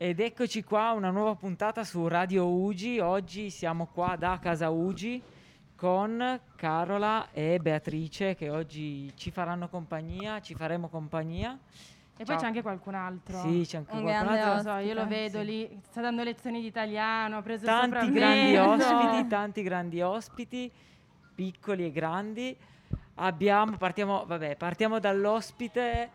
Ed eccoci qua, una nuova puntata su Radio Ugi. Oggi siamo qua da Casa Ugi con Carola e Beatrice che oggi ci faranno compagnia, ci faremo compagnia. E poi Ciao. c'è anche qualcun altro. Sì, c'è anche Un qualcun grande altro. Non lo so, io lo ospite, vedo sì. lì, sta dando lezioni di italiano, ha preso Tanti il grandi sopravvento. ospiti, tanti grandi ospiti, piccoli e grandi. Abbiamo, partiamo, vabbè, partiamo dall'ospite.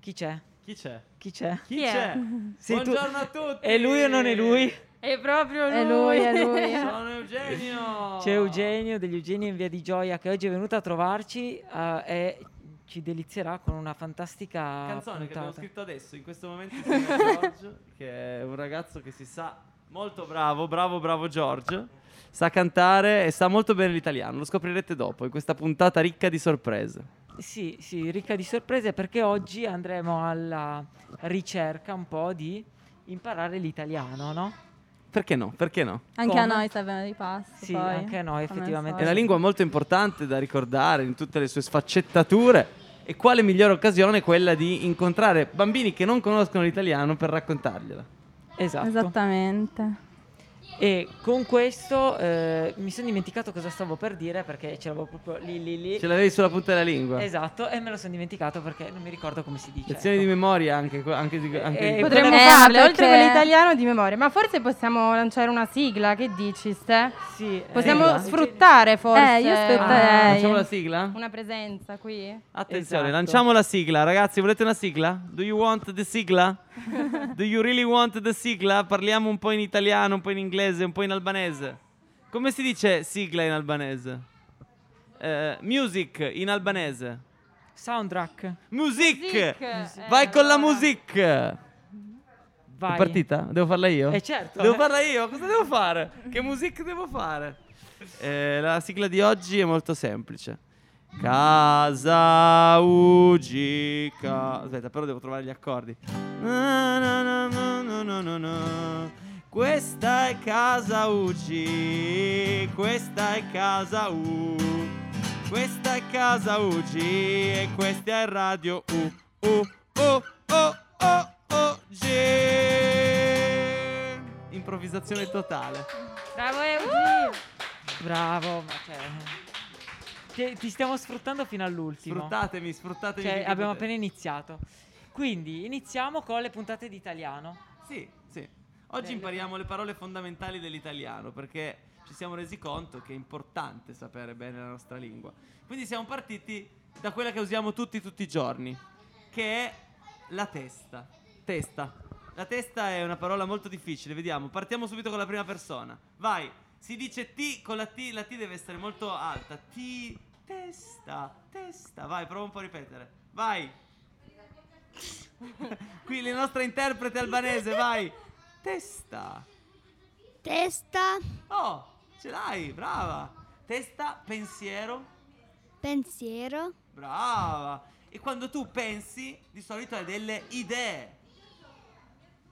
Chi c'è? Chi c'è? Chi c'è? Chi, Chi è? c'è? Sei tu- Buongiorno a tutti! È lui o non è lui? È proprio lui. È lui, è lui. Sono Eugenio! C'è Eugenio degli Eugenio in Via di Gioia che oggi è venuto a trovarci eh, e ci delizierà con una fantastica Canzone che abbiamo puntata. scritto adesso, in questo momento insieme a Giorgio, che è un ragazzo che si sa molto bravo, bravo, bravo Giorgio. Sa cantare e sa molto bene l'italiano, lo scoprirete dopo in questa puntata ricca di sorprese. Sì, sì, ricca di sorprese perché oggi andremo alla ricerca un po' di imparare l'italiano, no? Perché no? Perché no? Anche Come? a noi servono dei passi. Sì, poi, anche a noi, come al effettivamente. È una solito. lingua molto importante da ricordare in tutte le sue sfaccettature. E quale migliore occasione quella di incontrare bambini che non conoscono l'italiano per raccontargliela? Esatto. Esattamente. E con questo eh, mi sono dimenticato cosa stavo per dire perché ce l'avevo proprio lì lì lì. Ce l'avevi sulla punta della lingua? Esatto, e me lo sono dimenticato perché non mi ricordo come si dice. Lezioni di ecco. memoria anche, que- anche di- anche Eh, di- eh, Potremmo Eh, farle, oltre perché- con l'italiano di memoria, ma forse possiamo lanciare una sigla, che dici, Ste? Sì, eh, Possiamo esatto. sfruttare forse Ah. Eh, io aspetterei. aspetterei. Ah, Lanciamo la sigla? una presenza qui. Attenzione, Esatto. lanciamo la sigla. Ragazzi, volete una sigla? Do you want the sigla? Do you really want the sigla? Parliamo un po' in italiano, un po' in inglese, un po' in albanese. Come si dice sigla in albanese? Eh, music in albanese. Soundtrack. Music! Music, Vai eh, con la allora. music! Vai. È partita? Devo farla io? Eh, certo. Devo farla io? Cosa devo fare? Che music devo fare? Eh, la sigla di oggi è molto semplice. Casa Ugi ca- Aspetta, però devo trovare gli accordi. Na, na, na, na, na, na, na, na. Questa è casa Ugi. Questa è casa U. Questa è casa Ugi e questa è Radio U. U U U U U G. Improvvisazione totale. Bravo eh, Eugenio. Bravo, ma cioè, ti, ti stiamo sfruttando fino all'ultimo. Sfruttatemi, sfruttatemi. Cioè, finché abbiamo potete. appena iniziato. Quindi iniziamo con le puntate di italiano. Sì, sì. Oggi Bello. impariamo le parole fondamentali dell'italiano perché ci siamo resi conto che è importante sapere bene la nostra lingua. Quindi siamo partiti da quella che usiamo tutti tutti i giorni, che è la testa. Testa. La testa è una parola molto difficile, vediamo. Partiamo subito con la prima persona. Vai. Si dice T con la T, la T deve essere molto alta. T testa, testa. Vai, prova un po' a ripetere. Vai. Qui la nostra interprete albanese, vai. Testa. Testa, Oh, ce l'hai, brava. Testa, pensiero, pensiero, brava. E quando tu pensi, di solito hai delle idee.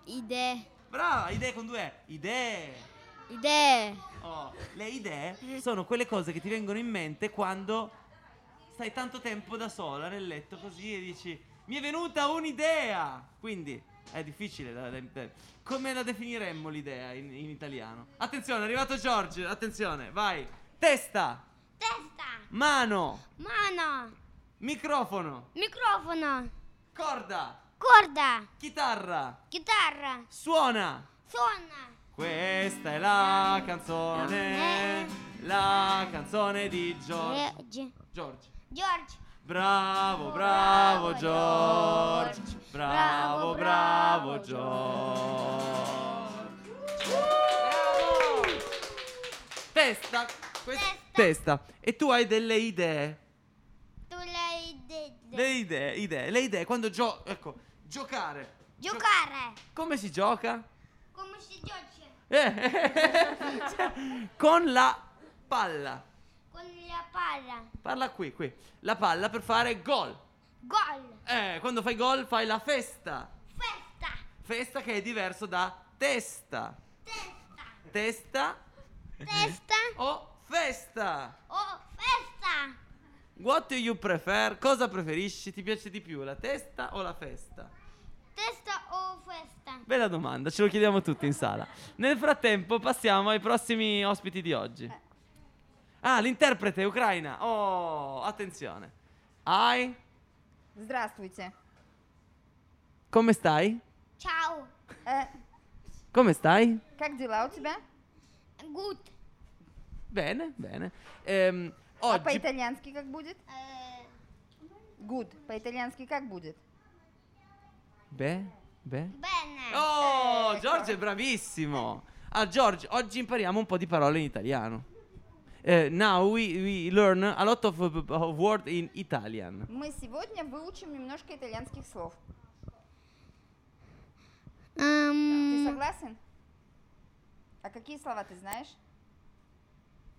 idee, Brava, idee con due E. Idee. idee, Oh, le idee sono quelle cose che ti vengono in mente quando stai tanto tempo da sola nel letto così e dici mi è venuta un'idea. Quindi è difficile. da- da- da- Come la definiremmo l'idea in, in italiano? Attenzione, è arrivato George, attenzione, vai. Testa, testa, mano, mano, microfono, microfono, corda, corda, chitarra, chitarra, suona. suona, Questa è la canzone, la canzone di George. George, George. George, Bravo, bravo George. Bravo, Bravo, bravo bravo George. Testa. questa- Testa. E tu hai delle idee. tu l'hai detto, Le idee, idee, le idee. Quando gio... Ecco, giocare. Gio- giocare, Come si gioca? come si gioca, Eh, Con la palla. con la palla, Parla qui, qui. La palla per fare gol. gol, Eh, quando fai gol fai la festa. festa, Festa che è diverso da testa. testa, Testa testa o festa? o festa, What do you prefer? Cosa preferisci? Ti piace di più la testa o la festa? testa o festa, Bella domanda, ce lo chiediamo tutti in sala. Nel frattempo passiamo ai prossimi ospiti di oggi. Ah, l'interprete ucraina. Oh, attenzione. Ai, Здравствуйте. come stai? Ciao. Э, Come stai? как дела у тебя? Good. Bene, bene. Ehm, А oggi по-итальянски как будет? Eh, Good. По-итальянски как будет? Beh, beh. bene. Oh, Ecco. Giorgio è bravissimo. Ah, Giorgio, oggi impariamo un po' di parole in italiano. Eh, now we, we learn a lot of, of words in Italian. Мы сегодня выучим немножко итальянских слов. Ehm, Ты согласен? А какие слова ты знаешь?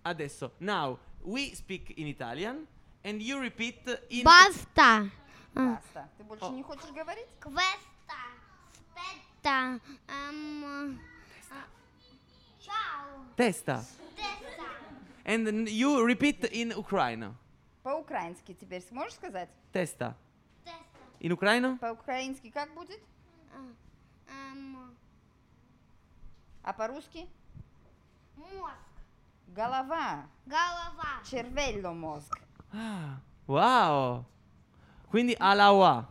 Adesso, now we speak in Italian and you repeat in Basta. Баста. Ты больше не хочешь говорить? Questa. Aspetta. Ehm, ah, ciao. testa. Testa. And n- you repeat in Ucraino. По-украински теперь сможешь сказать? Testa. Testa. In Ucraino? По-украински как будет? Ah, ehm, А по-русски? мозг. Голова. Голова. Червелло мозг. Ah, wow. Quindi alawa,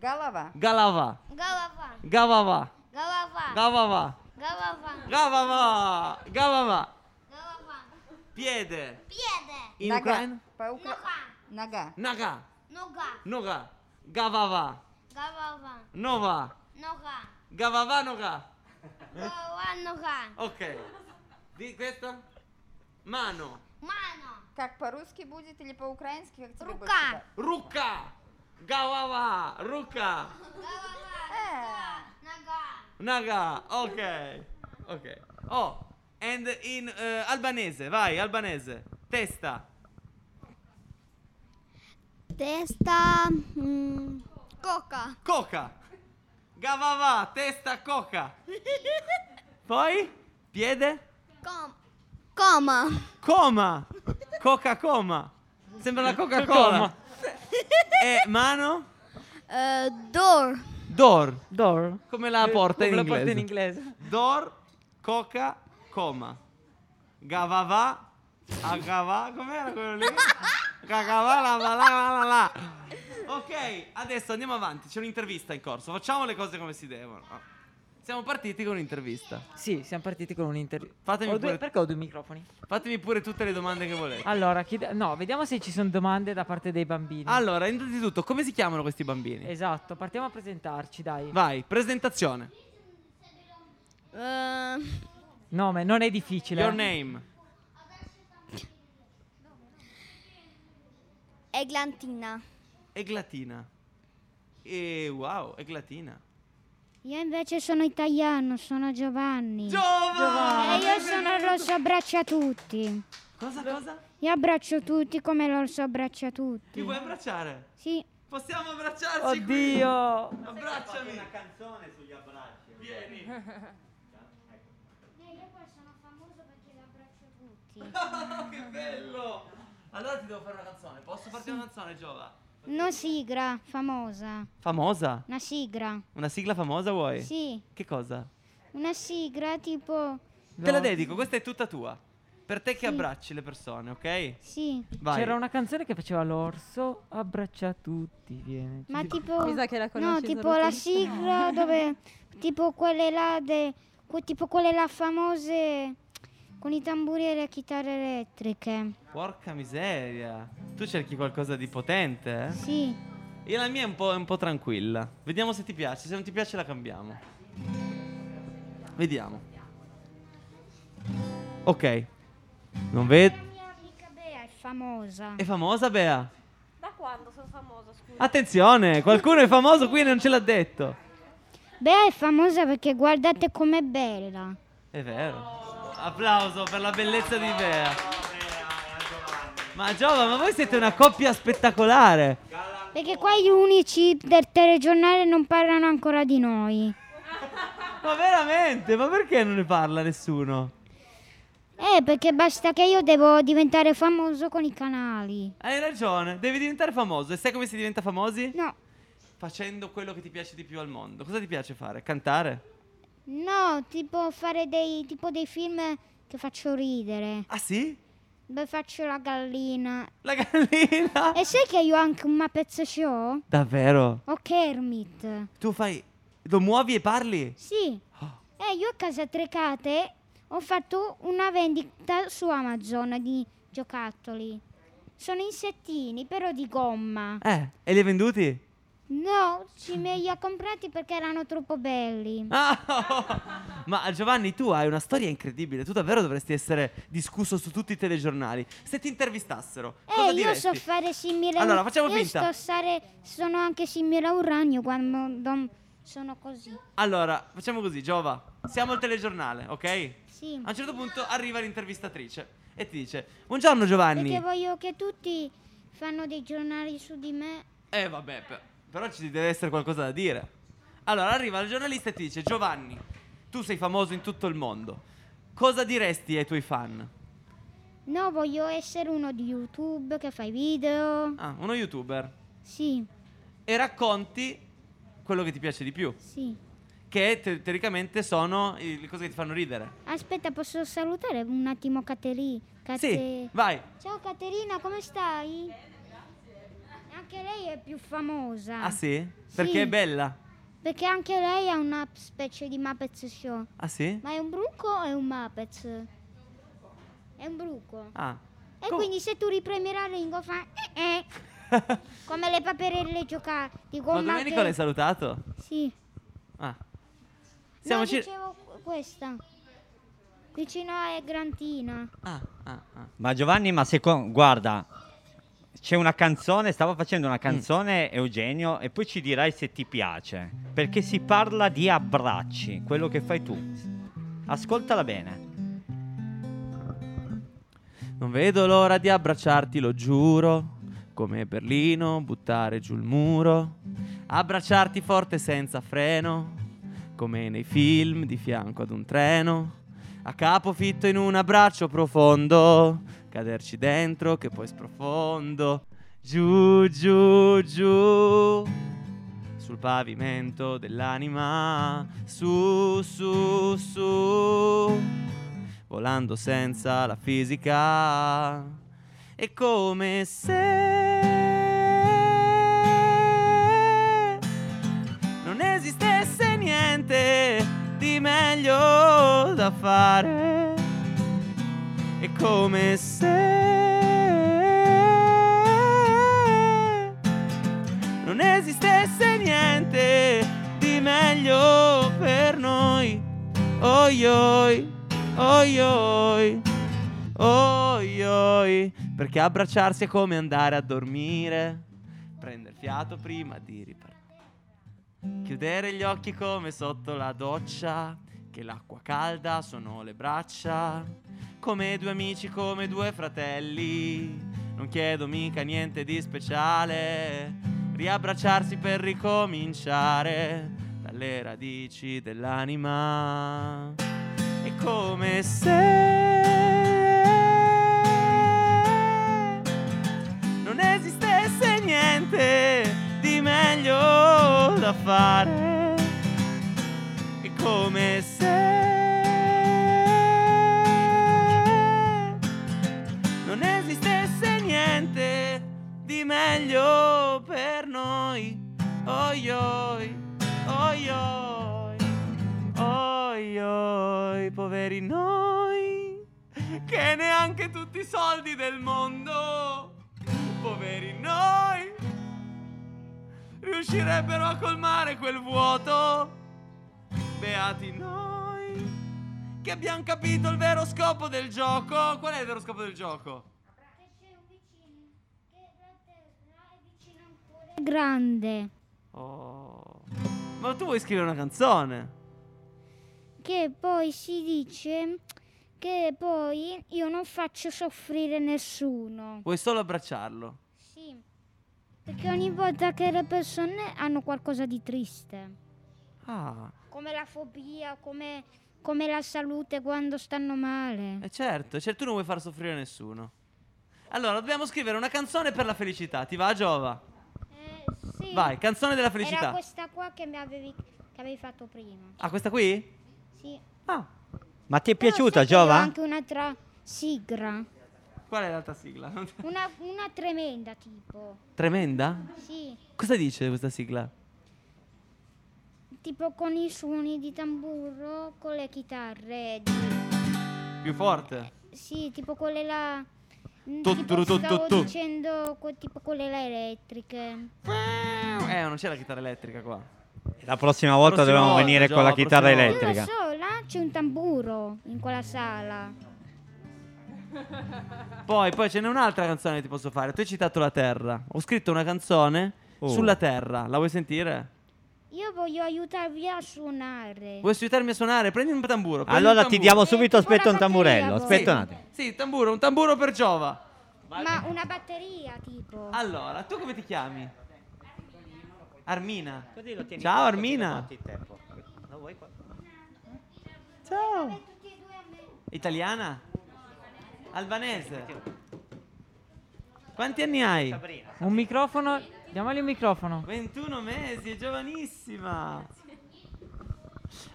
Голова. galava, Голова. gavava, Голова. gavava, Голова. gavava, gavava. Голова. Piede. Piede. In Ucraino? Нога. По-укра- Нога. Нога. Naga, Нога. noga, gavava, Голова. nova, Нога. gavava noga. Голова. Нога. Ok. Di questa? Mano, Mano. Как по-русски будет или по-украински? Как тебе Рука. больше нравится? rucca, gavava, rucca, Э, Нога. naga. Ok. Ok. Oh, and in eh, albanese, vai, albanese. Testa. Testa. Coca. Coca. Gavava, testa, coca. Poi? Piede? Com. Coma. Coma. Coca coma. Sembra la Coca-Cola. e mano? Eh, door. Door. Door. Eh, Come la porta in Come la inglese. porta in inglese. Door, coca, coma. Gavava, agava, com'era quello lì? Gagava, la la la la la. Ok, adesso andiamo avanti, c'è un'intervista in corso, facciamo le cose come si devono. Siamo partiti con un'intervista. Sì, siamo partiti con un'intervista. Fatemi pure- Perché ho due microfoni? Fatemi pure tutte le domande che volete. Allora, chi da- no, vediamo se ci sono domande da parte dei bambini. Allora, innanzitutto, come si chiamano questi bambini? Esatto, partiamo a presentarci, dai. Vai, presentazione. Nome, non è difficile. Your eh. name. Eglantina. Eglatina. E wow, Eglatina. Io invece sono italiano, sono Giovanni. e Giovanni! io sono l'orso abbraccia tutti. Cosa, cosa? Io abbraccio tutti come l'orso abbraccia tutti. Mi vuoi abbracciare? Sì. Possiamo abbracciarci qui? Oddio. Abbracciami! una canzone sugli abbracci. Vieni! Io poi sono famoso perché l'abbraccio tutti. Ah, che bello! Allora ti devo fare una canzone. Posso farti una canzone, Giova? Una sigla famosa. Famosa? Una sigla. Una sigla famosa vuoi? Sì. Che cosa? Una sigla tipo... Te la No. dedico, questa è tutta tua. Per te che abbracci le persone, ok? Sì. Vai. C'era una canzone che faceva l'orso, abbraccia tutti, viene. Ma Mi tipo... sa che la No, conosci tipo solo la tu. sigla dove... Tipo quelle là... de- que- tipo quelle là famose con i tamburi e le chitarre elettriche. Porca miseria. Tu cerchi qualcosa di potente, eh? Sì. E la mia è un po', è un po' tranquilla. Vediamo se ti piace. Se non ti piace, la cambiamo. Vediamo. Ok. Non vedo. La mia amica Bea è famosa. È famosa Bea? Da quando sono famosa, scusa? Attenzione, qualcuno è famoso qui e non ce l'ha detto. Bea è famosa perché guardate com'è bella. È vero. Applauso per la bellezza di Bea. Ma Giova, ma voi siete una coppia spettacolare. Perché qua gli unici del telegiornale non parlano ancora di noi. Ma veramente, ma perché non ne parla nessuno? Eh, perché basta che io devo diventare famoso con i canali. Hai ragione, devi diventare famoso. E sai come si diventa famosi? No, Facendo quello che ti piace di più al mondo. Cosa ti piace fare? Cantare? No, tipo fare dei, tipo dei film che faccio ridere. Ah sì? Beh, faccio la gallina. La gallina? E sai che io ho anche un Muppets Show? Davvero? Ho Kermit. Tu fai... Lo muovi e parli? Sì. Oh. E io a casa Trecate ho fatto una vendita su Amazon di giocattoli. Sono insettini, però di gomma. Eh, e li hai venduti? No, ci me li ho comprati perché erano troppo belli. Ah, Ma Giovanni, tu hai una storia incredibile. Tu davvero dovresti essere discusso su tutti i telegiornali. Se ti intervistassero, cosa Eh, io diresti? so fare simile Allora, facciamo io finta. Sto stare, sono anche simile a un ragno quando dom- sono così. Allora, facciamo così, Giova. Siamo al telegiornale, ok? Sì. A un certo punto arriva l'intervistatrice e ti dice: Buongiorno Giovanni. Perché voglio che tutti fanno dei giornali su di me. Eh vabbè, per- però ci deve essere qualcosa da dire. Allora arriva il giornalista e ti dice: Giovanni, tu sei famoso in tutto il mondo. Cosa diresti ai tuoi fan? No, voglio essere uno di YouTube che fa i video. Ah, uno youtuber. Sì, E racconti quello che ti piace di più. sì. Che te- teoricamente sono i- le cose che ti fanno ridere. Aspetta, posso salutare un attimo Caterina? Eh Sì, vai. Ciao Caterina, come stai? Anche lei è più famosa. Ah sì? Perché è bella. Perché anche lei ha una specie di Muppets Show. Ah sì? Ma è un bruco o è un Muppets? È un bruco. Ah. E Com- quindi se tu ripremi la lingua fa eh, eh, come le paperelle giocate di Ma gomma Domenico che- l'hai salutato? Sì. Ah. Siamo Siamo no, cir- dicevo qu- questa. Vicino a Grantina. Ah, ah, ah. Ma Giovanni, ma secondo... Guarda, c'è una canzone, stavo facendo una canzone, Eugenio, e poi ci dirai se ti piace. Perché si parla di abbracci, quello che fai tu. Ascoltala bene. Non vedo l'ora di abbracciarti, lo giuro. Come Berlino, buttare giù il muro. Abbracciarti forte senza freno. Come nei film di fianco ad un treno. A capo fitto in un abbraccio profondo. Caderci dentro che poi sprofondo. Giù, giù, giù. Sul pavimento dell'anima. Su, su, su volando senza la fisica. È come se non esistesse niente di meglio da fare. È come se non esistesse niente di meglio per noi. Oi oi, oi oi, oi oi, perché abbracciarsi è come andare a dormire, prendere fiato prima di ripartire, chiudere gli occhi come sotto la doccia, che l'acqua calda sono le braccia, come due amici, come due fratelli, non chiedo mica niente di speciale, riabbracciarsi per ricominciare dalle radici dell'anima. È come se non esistesse niente di meglio da fare. È come se non esistesse niente di meglio per noi. Oi oi, oi oi, oi oi, poveri noi, che neanche tutti i soldi del mondo, poveri noi, riuscirebbero a colmare quel vuoto. Beati noi che abbiamo capito il vero scopo del gioco. Qual è il vero scopo del gioco? Grande. Oh. Ma tu vuoi scrivere una canzone? Che poi si dice che poi io non faccio soffrire nessuno. Vuoi solo abbracciarlo? Sì. Perché ogni volta che le persone hanno qualcosa di triste. Ah, Come la fobia, come, come la salute quando stanno male. eh certo, certo tu non vuoi far soffrire nessuno. Allora, dobbiamo scrivere una canzone per la felicità. Ti va, Giova? Eh, sì. Vai, canzone della Era felicità. questa qua che mi avevi, che avevi fatto prima. Ah, questa qui? Sì. Ah, Ma ti è Però piaciuta, sai che io ho Giova? anche un'altra sigla. Qual è l'altra sigla? Una, una tremenda tipo. Tremenda? Sì. Cosa dice questa sigla? Tipo con i suoni di tamburo, con le chitarre. Di... Più forte. Sì, tipo quelle là. mm, Tu, tu, Tipo tu, stavo tu. dicendo que- tipo quelle là elettriche. Eh, non c'è la chitarra elettrica qua. La prossima prossima volta dobbiamo volta, venire con Giova, la chitarra prossima Non lo elettrica. so, là c'è un tamburo in quella sala. Poi, poi ce n'è un'altra canzone che ti posso fare. Tu hai citato la terra. Ho scritto una canzone Oh. sulla terra. La vuoi sentire? Io voglio aiutarvi a suonare. Vuoi aiutarmi a suonare? Prendi un tamburo. prendi un Allora ti tamburo. diamo Eh, subito, tipo aspetta la un tamburello, batteria, aspetta un Sì. attimo. Sì, tamburo, un tamburo per Giova. Ma una batteria tipo. Ah, Allora, tu come ti chiami? Armina. Ciao Armina. Ciao. Italiana? Albanese. Quanti anni hai? un microfono. Diamogli un microfono. 21 mesi, è giovanissima.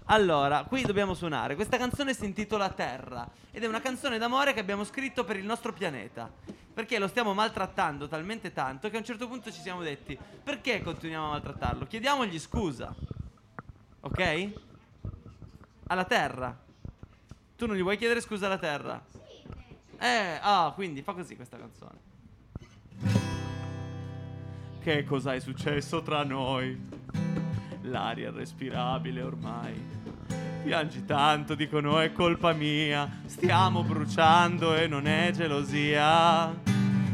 Allora, qui dobbiamo suonare. Questa canzone si intitola Terra ed è una canzone d'amore che abbiamo scritto per il nostro pianeta. Perché lo stiamo maltrattando talmente tanto che a un certo punto ci siamo detti: perché continuiamo a maltrattarlo? Chiediamogli scusa. Ok? Alla Terra. Tu non gli vuoi chiedere scusa alla Terra? Eh, ah, quindi fa così questa canzone. Che cosa è successo tra noi? L'aria è respirabile ormai. Piangi tanto, dicono è colpa mia. Stiamo bruciando e non è gelosia.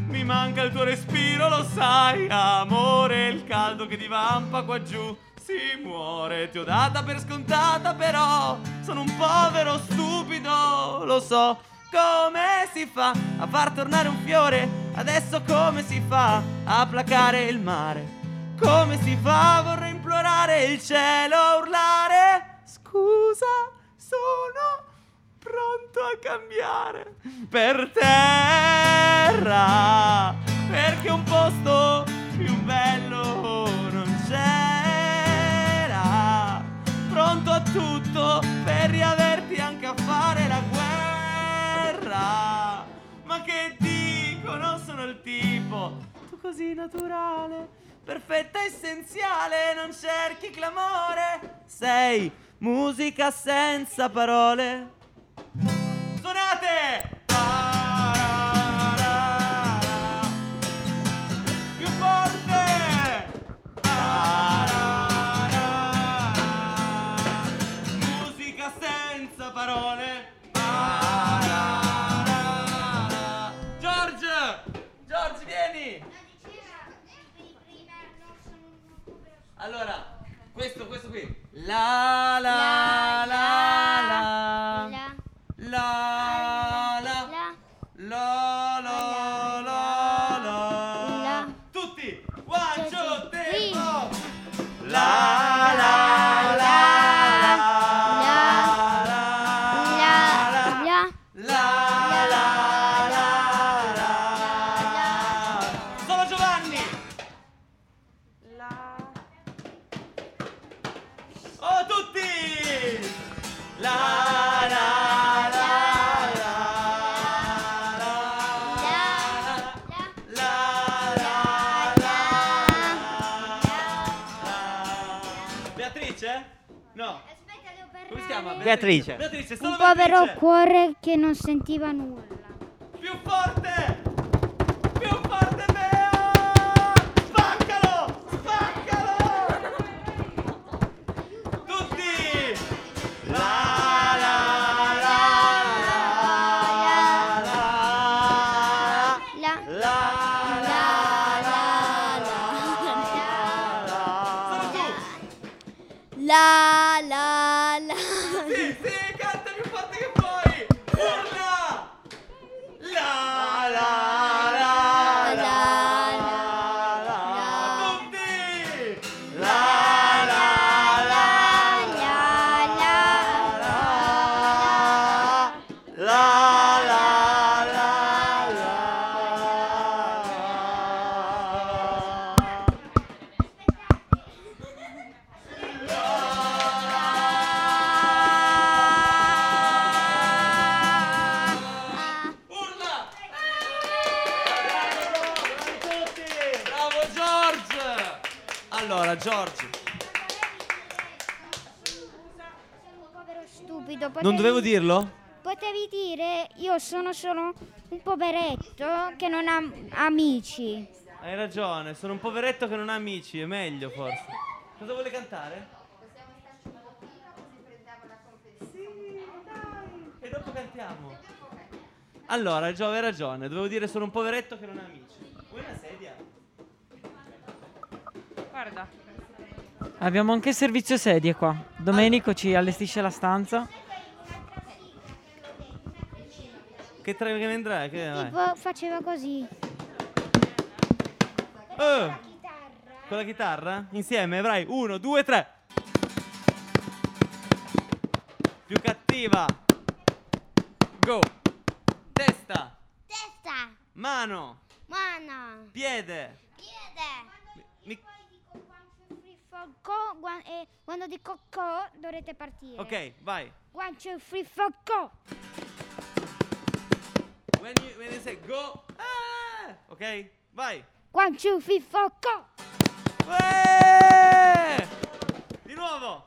Mi manca il tuo respiro, lo sai, amore. Il caldo che divampa qua giù si muore. Ti ho data per scontata, però sono un povero stupido, lo so. Come si fa a far tornare un fiore? Adesso come si fa a placare il mare? Come si fa? Vorrei implorare il cielo, urlare. Scusa, sono pronto a cambiare per terra. Perché un posto più bello non c'era. Pronto a tutto per riaverti anche a fare la guerra. Ma che dicono sono il tipo Tu così naturale Perfetta essenziale Non cerchi clamore Sei musica senza parole Suonate! Tarara. Più forte! Tarara. Musica senza parole. Tarara. George! George, vieni! Allora, questo, questo qui. La la la la. La la. La la la la La. Tutti! One, Sì, two, sì. three, Sì. four! La la la la la la La. la la la la Solo Giovanni! Oh tutti! La la la la la la la Beatrice? No. Aspetta, devo Come si chiama? Beatrice. Beatrice, solo Un povero Beatrice. cuore che non sentiva nulla. Più forte! Più forte, Bea! Spaccalo! Spaccalo! Tutti! La la la la la La. la la la la la La la la. sì, sì, canta più forte che puoi! Urla! La la Giorgio. Sono un povero stupido. Non potevi- dovevo dirlo? Potevi dire io sono solo un poveretto che non ha amici. Hai ragione, sono un poveretto che non ha amici, è meglio forse. Cosa vuole cantare? E dopo cantiamo. Allora, Gio, hai ragione, dovevo dire sono un poveretto che non ha amici. Vuoi una sedia? Guarda. Abbiamo anche il servizio sedie qua. Domenico ci allestisce la stanza. Che tra che vendrai? Che vai. Tipo faceva così. Eh, con la chitarra? Insieme, vai. Uno, due, tre. Più cattiva. Go. Testa. Testa, Mano. mano, Piede. piede. Mi- Focco, guan- e quando dico co dovrete partire. Ok, vai. Guancio free focco. When you, when you say go. ah! Ok, vai. Guancio free focco. Uè! Eh! Di nuovo.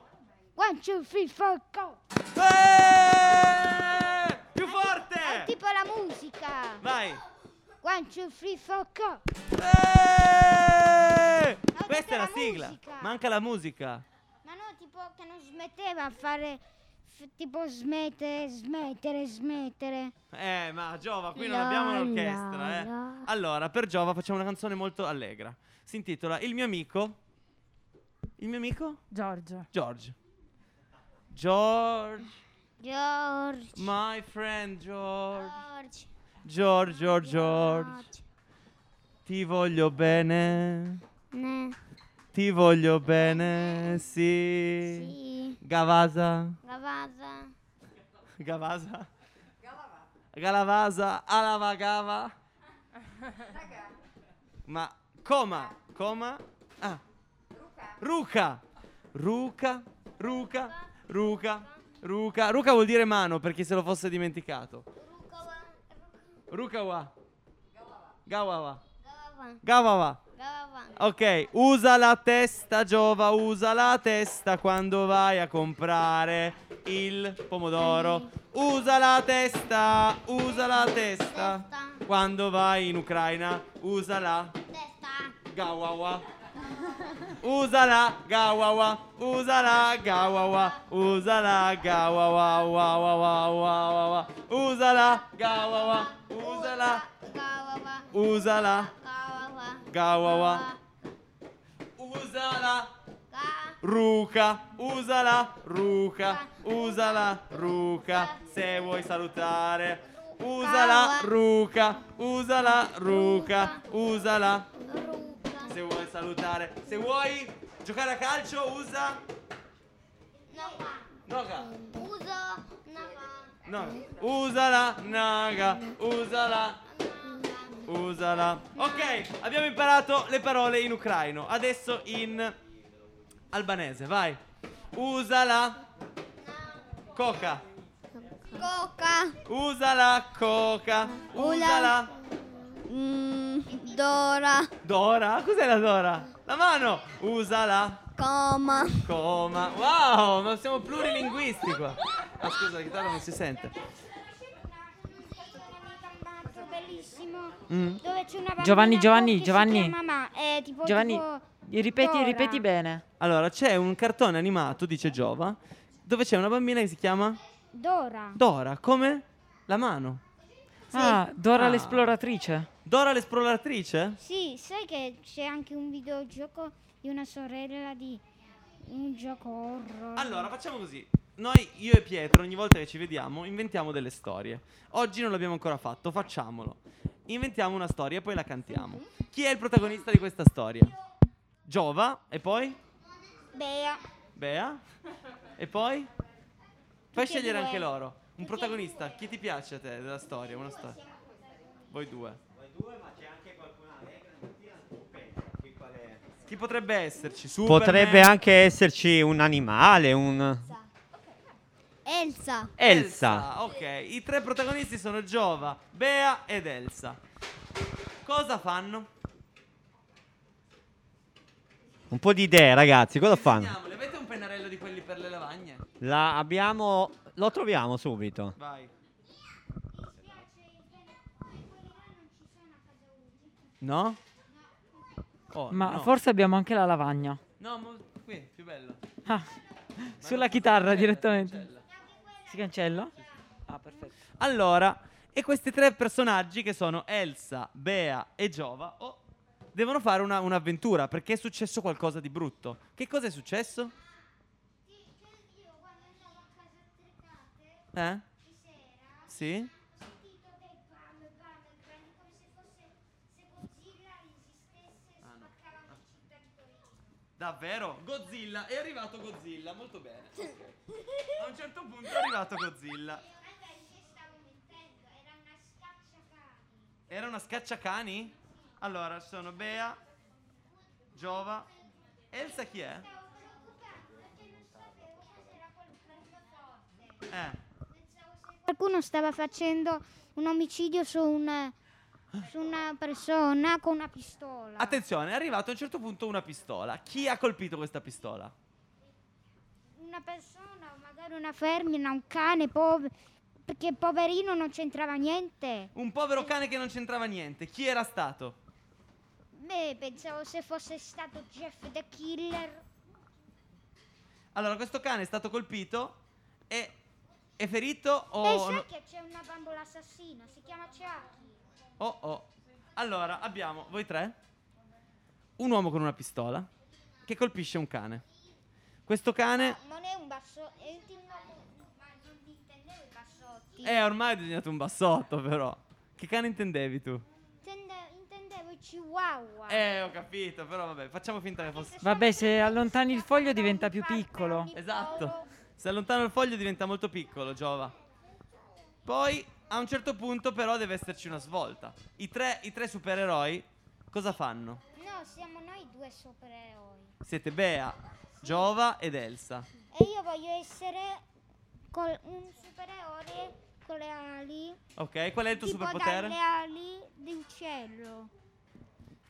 Guancio free focco. Uè! Eh! Più È forte. tipo la musica. Vai. Guancio free focco. Uè! detto Questa è la la sigla. musica. Manca la musica. Ma no, tipo che non smetteva a fare f- tipo smettere, smettere, smettere. Eh, ma Giova, qui non La, abbiamo la, l'orchestra, eh. la. Allora, per Giova facciamo una canzone molto allegra. Si intitola Il mio amico. Il mio amico? Giorgio. George. George, George, my friend George. George, George, George, George. Ti voglio bene. Ne, Ti voglio bene. Sì. sì, Gavasa. Gavasa, Gavasa. Galavasa. Alavagava. Ma coma, coma. Ah. Ruca. Ruca, ruca, ruca, ruca. Ruca vuol dire mano per chi se lo fosse dimenticato. Rukawa. Gawawa. Gavava, Gawawa. Gavava, Ok, usa la testa, Giova, usa la testa quando vai a comprare il pomodoro. Usa la testa, usa la testa. Testa. Quando vai in Ucraina, usa la testa, gawawa. Usa la gawawa, usa la gawawa, usa la gawawa, wa, wa, wa, wa, wa, wa. usa la gawawa, usa la, Gavava, usa la Gavava, gawawa. Usala, Ga, ruca, usala, ruca, usala, ruca, se vuoi salutare. Usala, ruca, usala, ruca, usala, Ruca, se vuoi salutare. Se vuoi giocare a calcio, usa... Naga, Noga. Uso, Naga, No. Usala, naga, usala, usala. Ok, abbiamo imparato le parole in ucraino. Adesso in albanese, vai. Usala, coca. Coca, Usala, coca. Usala. mm, Dora, Dora, cos'è la Dora? La mano. Usala, Coma, coma. Wow, ma siamo plurilinguisti qua. Ah, scusa, la chitarra non si sente. Bellissimo. Mm. Dove c'è una Giovanni, bambina Giovanni, che si Giovanni. chiama Ma- eh, tipo- Giovanni, tipo ripeti, Dora. ripeti bene. Allora, c'è un cartone animato, dice Giova, dove c'è una bambina che si chiama Dora. Dora, come la mano. Ah, Dora Ah. l'esploratrice. Dora l'esploratrice? Sì, sai che c'è anche un videogioco di una sorella di un gioco horror. Allora, facciamo così. Noi, io e Pietro, ogni volta che ci vediamo, inventiamo delle storie. Oggi non l'abbiamo ancora fatto, facciamolo. Inventiamo una storia e poi la cantiamo. Chi è il protagonista di questa storia? Giova, e poi? Bea. Bea, e poi? Fai Tutti e scegliere due. anche loro. Un protagonista, chi ti piace a te della storia? Una storia. Voi due. Chi potrebbe esserci? Superman? Potrebbe anche esserci un animale, un... Elsa, Elsa. Ok, i tre protagonisti sono Giova, Bea ed Elsa. Cosa fanno? Un po' di idee, ragazzi, cosa fanno? Disegniamole. Avete un pennarello di quelli per le lavagne? La abbiamo. Lo troviamo subito. Vai. No? Oh, Ma no. forse abbiamo anche la lavagna. No, mo- qui, più bello. Ah, Ma sulla no, chitarra cancella, direttamente. cancella. Si cancella? Ah, perfetto. Allora, e questi tre personaggi che sono Elsa, Bea e Giova, oh, devono fare una- un'avventura perché è successo qualcosa di brutto. Che cosa è successo? Eh? Sì? Davvero? Godzilla, è arrivato Godzilla, molto bene. A un certo punto è arrivato Godzilla. Era una scacciacani? Allora, ci sono Bea, Giova, Elsa chi è? Eh, Qualcuno stava facendo un omicidio su, un- su una persona con una pistola. attenzione, è arrivato a un certo punto una pistola. Chi ha colpito questa pistola? una persona, o magari una femmina, un cane, pov- perché poverino non c'entrava niente. Un povero cane che non c'entrava niente. Chi era stato? Beh, pensavo se fosse stato Jeff the Killer. Allora, questo cane è stato colpito e è ferito o... Beh, sai Oh, no- che c'è una bambola assassina, si chiama Chucky. Oh oh. Allora, abbiamo voi tre. Un uomo con una pistola che colpisce un cane. Questo cane No, non è un basso, è un timone, ma non intendevo i bassotti. è ormai disegnato un bassotto, però. Che cane intendevi tu? Intende- intendevo i chihuahua. Eh, ho capito, però vabbè, facciamo finta che fosse. Vabbè, se allontani il foglio diventa più piccolo. Esatto. Se allontano il foglio diventa molto piccolo, Giova. Poi, a un certo punto, però, deve esserci una svolta. I tre, i tre supereroi cosa fanno? No, siamo noi due supereroi. Siete Bea, Giova ed Elsa. E io voglio essere col- un supereroe con le ali Ok, qual è il tuo tipo superpotere? dalle ali di uccello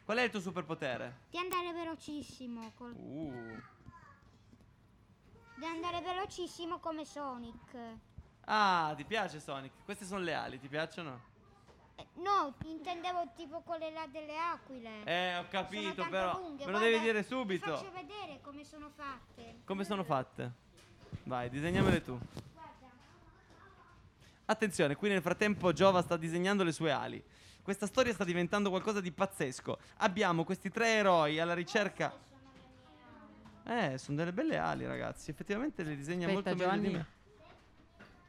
Qual è il tuo superpotere? di andare velocissimo col- Uh. di andare velocissimo come Sonic Eh, Ah, ti piace Sonic? Queste sono le ali, ti piacciono? no intendevo tipo quelle là delle aquile Eh, ho Sono capito, tanto però. lunghe, me lo guarda, devi dire ti faccio subito. vedere come sono fatte Come sono fatte? Vai, disegnamele tu. Attenzione, qui nel frattempo Giova sta disegnando le sue ali. Questa storia sta diventando qualcosa di pazzesco. Abbiamo questi tre eroi alla ricerca. Eh, sono delle belle ali, ragazzi. Effettivamente le disegna Aspetta, molto meglio di Giovanni.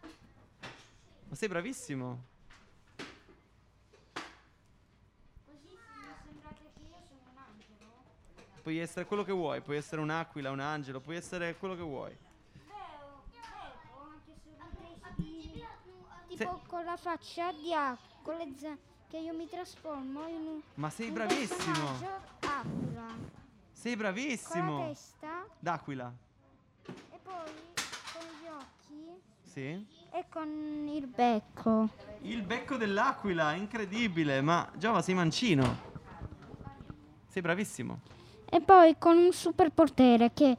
me. Ma sei bravissimo. Puoi essere quello che vuoi, puoi essere un'aquila, un angelo, puoi essere quello che vuoi. tipo con la faccia di aquila con le za- che io mi trasformo in un Ma sei un bravissimo! personaggio aquila Sei con la bravissimo! testa D'aquila. e poi con gli occhi Sì. e con il becco Il becco dell'aquila, incredibile, ma Giova sei mancino. Sei bravissimo. E poi con un superpotere che,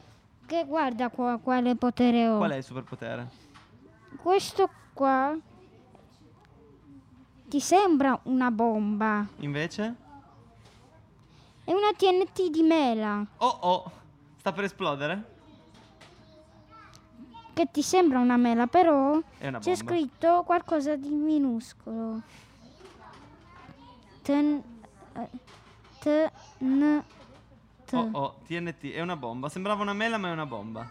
che guarda qua, quale potere ho. Qual è il superpotere? Questo qua ti sembra una bomba. Invece? È una TNT di mela Oh oh, sta per esplodere? che ti sembra una mela, però È una c'è bomba. scritto qualcosa di minuscolo. Ten, eh, t, n, t. Oh oh, TNT, è una bomba. Sembrava una mela, ma è una bomba.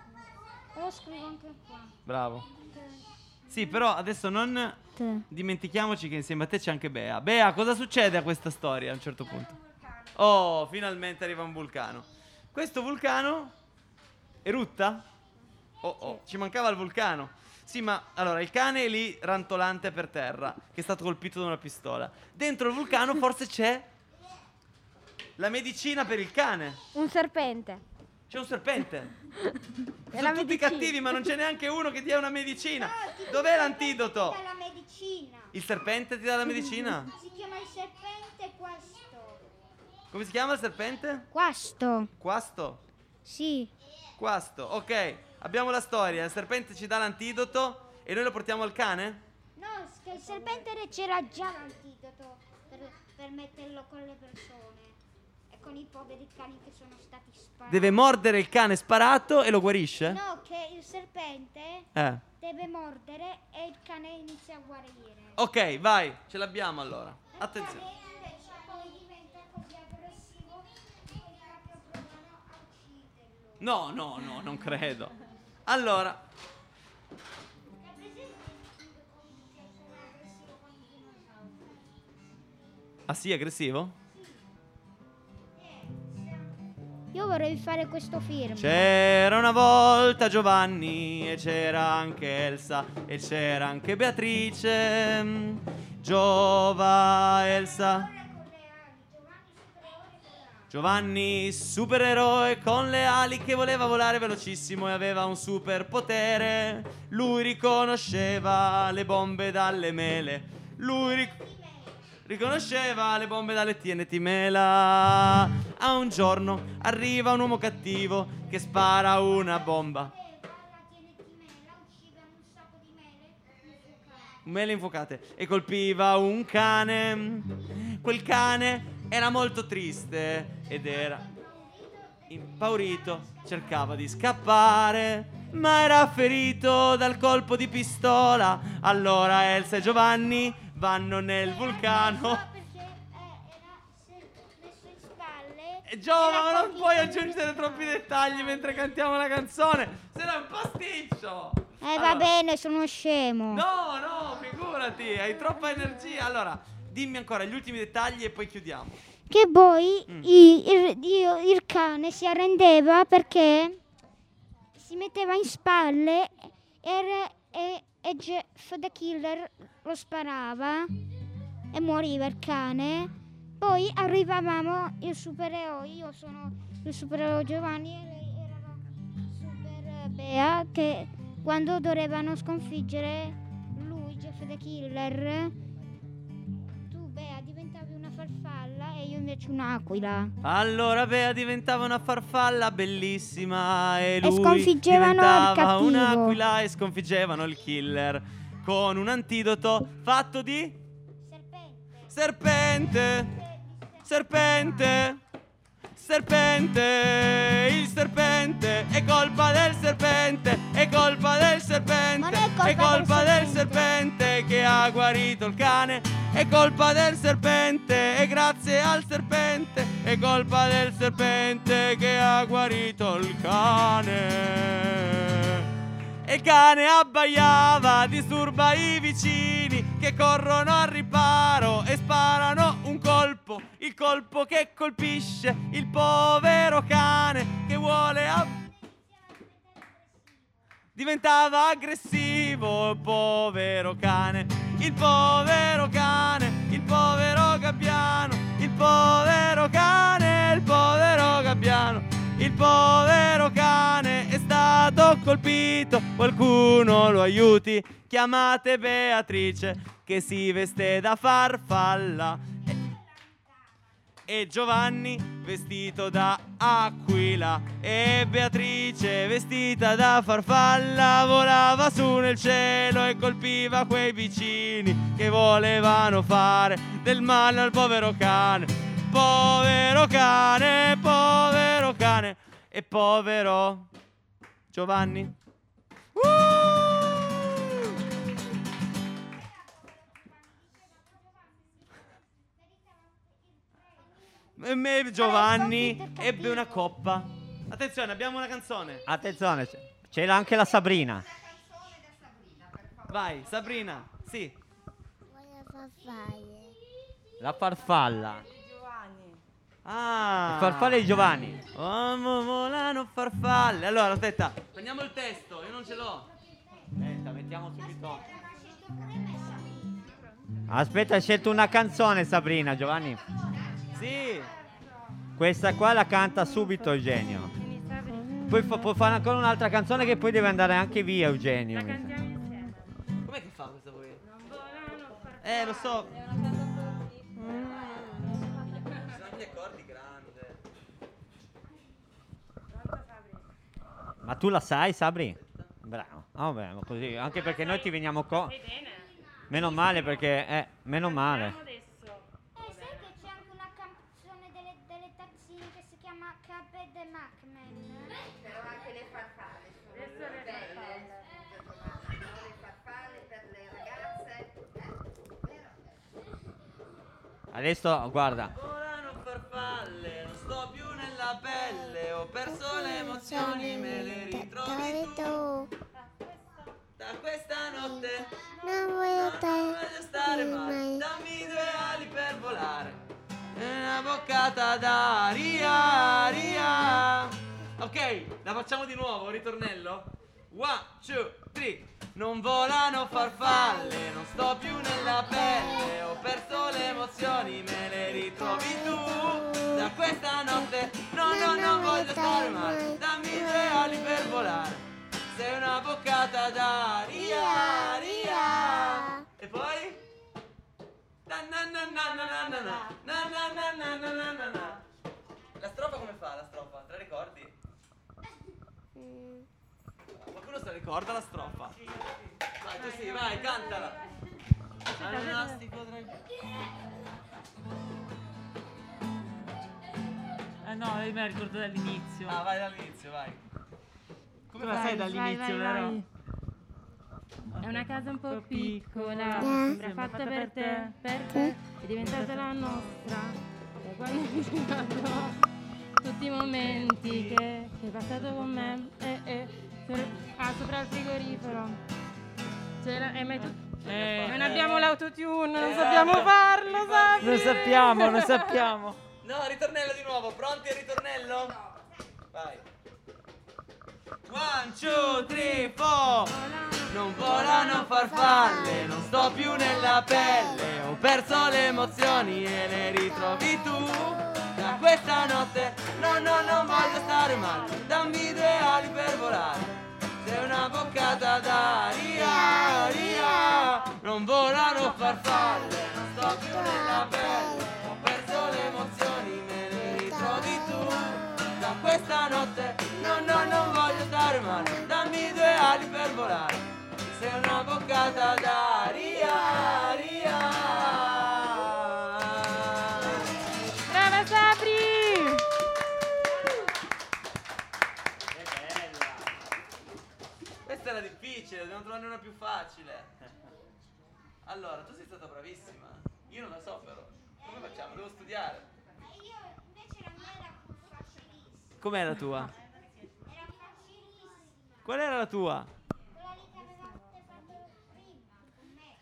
Lo scrivo anche qua. Bravo. Sì, però adesso non T. dimentichiamoci che insieme a te c'è anche Bea. Bea, cosa succede a questa storia a un certo punto? Oh, finalmente arriva un vulcano. Questo vulcano erutta? Oh, oh, ci mancava il vulcano. Sì, ma allora il cane è lì rantolante per terra, che è stato colpito da una pistola. Dentro il vulcano forse c'è la medicina per il cane. Un serpente. C'è un serpente. È Sono la tutti medicina. cattivi, ma non c'è neanche uno che dia una medicina. Dov'è l'antidoto? La medicina. Il serpente ti dà la medicina? Si chiama il serpente questo. Come si chiama il serpente? Questo. Quasto? Sì. Guasto, ok. Abbiamo la storia. Il serpente ci dà l'antidoto e noi lo portiamo al cane? No, che il serpente re c'era già l'antidoto per, per metterlo con le persone e con i poveri cani che sono stati sparati. Deve mordere il cane sparato e lo guarisce? No, che il serpente Eh. deve mordere e il cane inizia a guarire. Ok, vai, ce l'abbiamo allora. Attenzione. Il cane invece poi diventa così aggressivo che proprio provano a ucciderlo. No, no, no, non credo. Allora, È presente che sono aggressivo quando i dinosauri? ah sì, aggressivo? Io vorrei fare questo film. C'era una volta Giovanni e c'era anche Elsa e c'era anche Beatrice. Mm, Giova Elsa. Ecco, Giovanni, supereroe con le ali che voleva volare velocissimo e aveva un superpotere. Lui riconosceva le bombe dalle mele. Lui ric- riconosceva le bombe dalle TNT mela. A un giorno arriva un uomo cattivo che spara una bomba. Mele infuocate e colpiva un cane. Quel cane era molto triste ed era impaurito, cercava di scappare, ma era ferito dal colpo di pistola. Allora Elsa e Giovanni vanno nel vulcano. Perché eh, era messo in spalle. E Eh, Giova, ma non puoi aggiungere troppi dettagli mentre cantiamo la canzone, se no è un pasticcio. Eh, Allora- va bene, sono scemo. No, no, figurati, hai troppa energia. Allora, dimmi ancora gli ultimi dettagli e poi chiudiamo. Che poi Mm. i- il, io- il cane si arrendeva perché si metteva in spalle e, re- e, e Jeff the Killer lo sparava e moriva il cane. Poi arrivavamo il supereroe, io sono il supereroe Giovanni e lei era la super Bea che quando dovevano sconfiggere lui, Jeff the Killer, tu Bea diventavi una farfalla e io invece un'aquila. Allora Bea diventava una farfalla bellissima e lui sconfiggevano il diventava cattivo. un'aquila e sconfiggevano il killer con un antidoto fatto di Serpente. Eh, serpente. Serpente! Serpente! Il serpente! È colpa del serpente! È colpa del serpente! Non è colpa colpa del del serpente che ha guarito il cane! È colpa del serpente! E grazie al serpente! È colpa del serpente che ha guarito il cane! E il cane abbaiava, disturba i vicini che corrono al riparo e sparano un colpo, il colpo che colpisce il povero cane che vuole ab- diventava aggressivo, il povero cane, il povero cane, il povero gabbiano, il povero cane, il povero gabbiano, il povero cane è stato colpito, qualcuno lo aiuti, chiamate Beatrice che si veste da farfalla. E- e Giovanni vestito da aquila e Beatrice vestita da farfalla volava su nel cielo e colpiva quei vicini che volevano fare del male al povero cane povero cane povero cane e povero Giovanni Uh! E me- Giovanni ebbe una coppa. Attenzione, abbiamo una canzone. Attenzione, c- c'era anche la Sabrina. Vai, Sabrina. Sì. La farfalla. Ah. Le farfalle di Giovanni. Uomo volano farfalle. Allora, aspetta. Prendiamo il testo, io non ce l'ho. Aspetta, mettiamo subito. Aspetta, hai scelto una canzone Sabrina, Giovanni. Sì. Questa qua la canta subito Eugenio. Poi fa- può fare ancora un'altra canzone che poi deve andare anche via Eugenio. mi sa. Com'è che fa questa poi? Eh, lo so. Sono gli accordi grande. Ma tu la sai, Sabri? Bravo. Ah, bravo, così. Anche perché noi ti veniamo co... Meno male perché... Eh, meno male. E sai che c'è anche una canzone delle, delle tazzine che si chiama Cuphead e Macman? Però anche le farfalle sono belle. Le farfalle per le ragazze. eh. Adesso, guarda. Volano farfalle, non sto più nella pelle, ho perso le emozioni, me le ritrovi tu. Da questa notte non Non voglio stare male, dammi due ali per volare. E una boccata d'aria, aria. Ok, la facciamo di nuovo, ritornello. One, two, three. Non volano farfalle, non sto più nella pelle, ho perso le emozioni, me le ritrovi tu. Da questa notte, no, no, non voglio stare male, dammi due ali per volare. Sei una boccata d'aria, aria. E poi? Na na na na na na na na na na na na na na na La strofa come fa la strofa? Te la ricordi? Qualcuno se la ricorda la strofa? Vai, tu sì, vai, cantala! Anastico tranquillo. Eh no, io me la ricordo dall'inizio. Ah, vai dall'inizio, vai. Come Tu la sai Vai, dall'inizio, vai, vero? vai. È una casa un po' piccola, Eh. sembra fatta per te, per te, è diventata la nostra. E quando mi ricordo tutti i momenti che, che hai passato con me, e, e, sopra- ah, sopra il frigorifero. C'è la- eh, ma è tu- Eh, non abbiamo l'autotune, non Eh, sappiamo esatto. farlo, Infatti. sai? Lo sappiamo, lo sappiamo. No, ritornello di nuovo, pronti al ritornello? Vai. One, two, three, four. Non volano farfalle, non sto più nella pelle, ho perso le emozioni e le ritrovi tu. Da questa notte, no, no, non voglio stare male, dammi due ali per volare. Sei una boccata d'aria, aria. Non volano farfalle, non sto più nella pelle, ho perso le emozioni, me le ritrovi tu. Da questa notte, no, no, non voglio stare male, dammi due ali per volare. Sei una boccata d'aria, aria. Brava Sabri! Questa era difficile, dobbiamo trovarne una più facile. Allora, tu sei stata bravissima. Io non la so però. Come facciamo? Devo studiare. Io invece la mia era facilissima. Com'è la tua? Era facilissima. Qual era la tua? Quella lì che avevate fatto prima con me.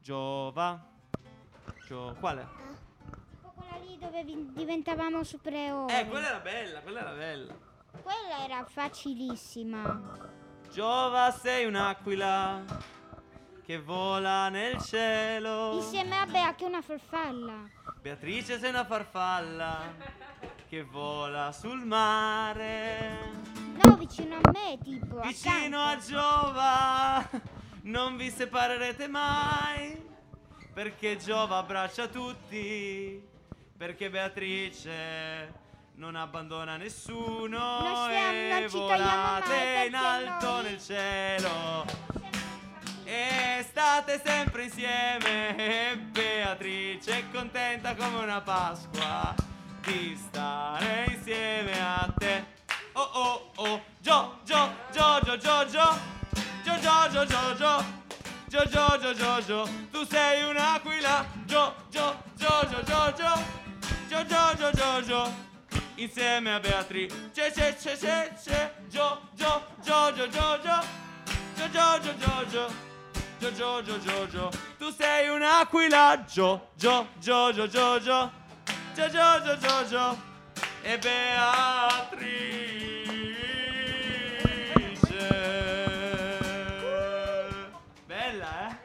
Giova. Gio... Quale? Tipo quella lì dove vi- diventavamo supereroi. Eh, quella era bella, quella era bella. Quella era facilissima. Giova sei un'aquila che vola nel cielo. Insieme a Bea che è una farfalla. Beatrice sei una farfalla che vola sul mare. No, vicino a me, tipo. Oh, Vicino a accanto. Giova non vi separerete mai perché Giova abbraccia tutti perché Beatrice non abbandona nessuno Non siamo- e non ci togliamo mai volate in perché alto noi- nel cielo e state sempre insieme e Beatrice è contenta come una Pasqua di stare insieme a te. Oh oh oh, Gio Gio Gio Gio Gio Gio Gio Gio Gio Gio Gio Gio Gio Gio Gio Gio Tu sei un'aquila Gio Gio Gio Gio Gio Gio Gio Gio Gio Gio Gio Insieme a Beatrice c'è c'è c'è c'è c'è Gio Gio Gio Gio Gio Gio Gio Gio Gio Gio Gio Gio Gio Gio Gio Tu sei un'aquila Gio Gio Gio Gio Gio Gio Gio Gio Gio Gio Gio E Beatrice Bella eh?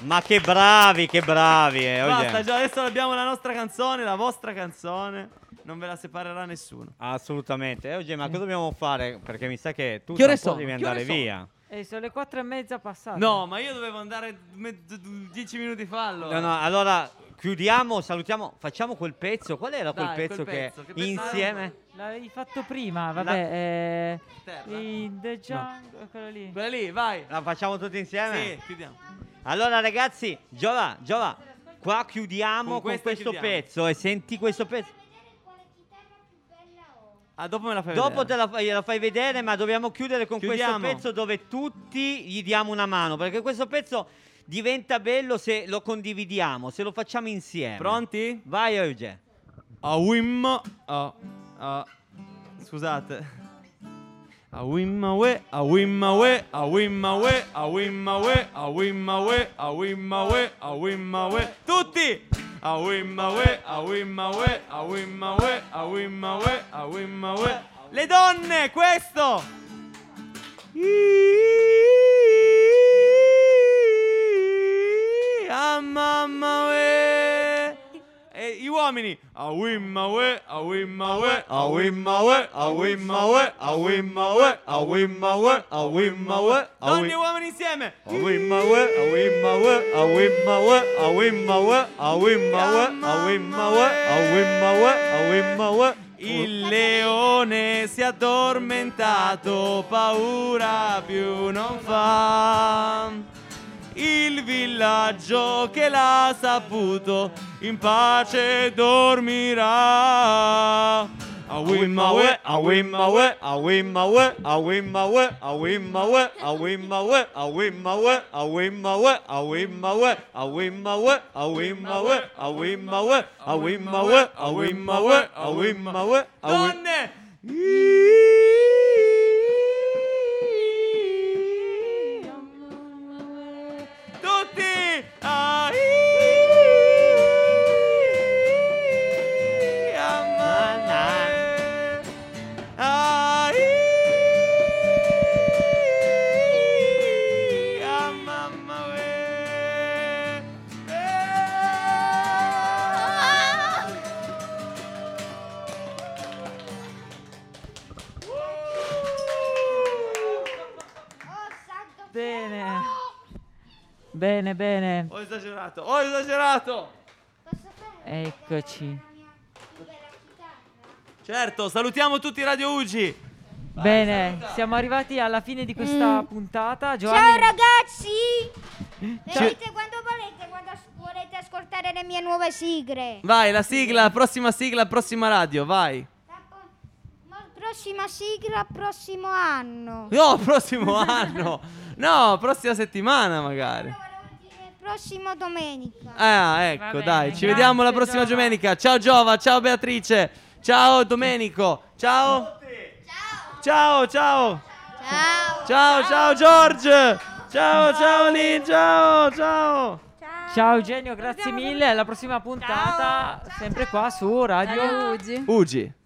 Ma che bravi, che bravi. Eh. oh Basta yeah. già adesso abbiamo la nostra canzone La vostra canzone Non ve la separerà nessuno Assolutamente. Eh, Eugenio, ma cosa dobbiamo fare? Perché mi sa che tu Che ore tra un po' sono? devi Che ore andare sono? via. E Eh, sono le quattro e mezza Ah, passate. No, ma io dovevo andare mezzo- dieci minuti fa allora. No, no, allora chiudiamo, salutiamo, facciamo quel pezzo. Qual era quel Dai, quel pezzo che, pezzo, che pezzo insieme? L'avevi fatto prima, vabbè. Terra. Eh, in the jungle, quello lì. Quella lì, vai. La facciamo tutti insieme? Sì, chiudiamo. Allora ragazzi, Giova, Giova, qua chiudiamo Con con, questa questo chiudiamo. pezzo e senti questo pezzo. Ah, dopo me la fai Dopo te vedere. la, fai- gliela fai vedere, ma dobbiamo chiudere con Chiudiamo. questo pezzo dove tutti gli diamo una mano, perché questo pezzo diventa bello se lo condividiamo, se lo facciamo insieme. Pronti? Vai Euge. A Wim. A. a- Scusate. A Wimmawe, a Wimmawe, a Wimmawe, a Wimmawe, a Wimmawe, a Wimmawe, a Wimmawe. Tutti! A Wimmawe, a Wimmawe, a Wimmawe, a Wimmawe, a Wimmawe. Le donne, questo! Ah, mamma uè. E gli uomini a wimma uè, a wimma uè, a wimma uè, a wimma uè, a wimma uè, a wimma uè, a wimma uè. Donne e uomini insieme. A wimma uè, a wimma uè, a wimma uè, a wimma uè, a wimma uè, a wimma uè, a wimma uè, a wimma uè. Il leone si è addormentato, paura più non fa. Il villaggio che l'ha saputo in pace dormirà. A Wimmawe, a Wimmawe, a Wimmawe, a Wimmawe, a Wimmawe, a Wimmawe, a Wimmawe, a Wimmawe, a Wimmawe, a Wimmawe, a Wimmawe, a Wimmawe, a Wimmawe, a Wimmawe, a Wimmawe, a Donne! Tutti! Ah, i- amare. Ah, i- amamare. Eh. Bene. Bene, bene. Ho esagerato, ho esagerato! Eccoci. Certo, salutiamo tutti i Radio Ugi! Bene, siamo arrivati alla fine di questa puntata. Giovanni, Ciao ragazzi! Ciao. Venite quando volete, quando as- volete ascoltare le mie nuove sigle. Vai, la sigla, la prossima sigla, prossima radio, vai. La po- ma- prossima sigla, prossimo anno. Eh. No, prossimo anno. No, prossima settimana magari. Volevo dire Prossimo domenica. Ah, ecco, Va bene, dai, ci grazie, vediamo la prossima Giova. domenica. Ciao Giova, ciao Beatrice. Ciao Domenico. Ciao. Ciao, ciao. Ciao. Ciao, ciao George. Ciao, ciao Lin, ciao, ciao. Ciao Eugenio, grazie mille. Alla prossima puntata, sempre qua su Radio Ciao Luigi. Ugi.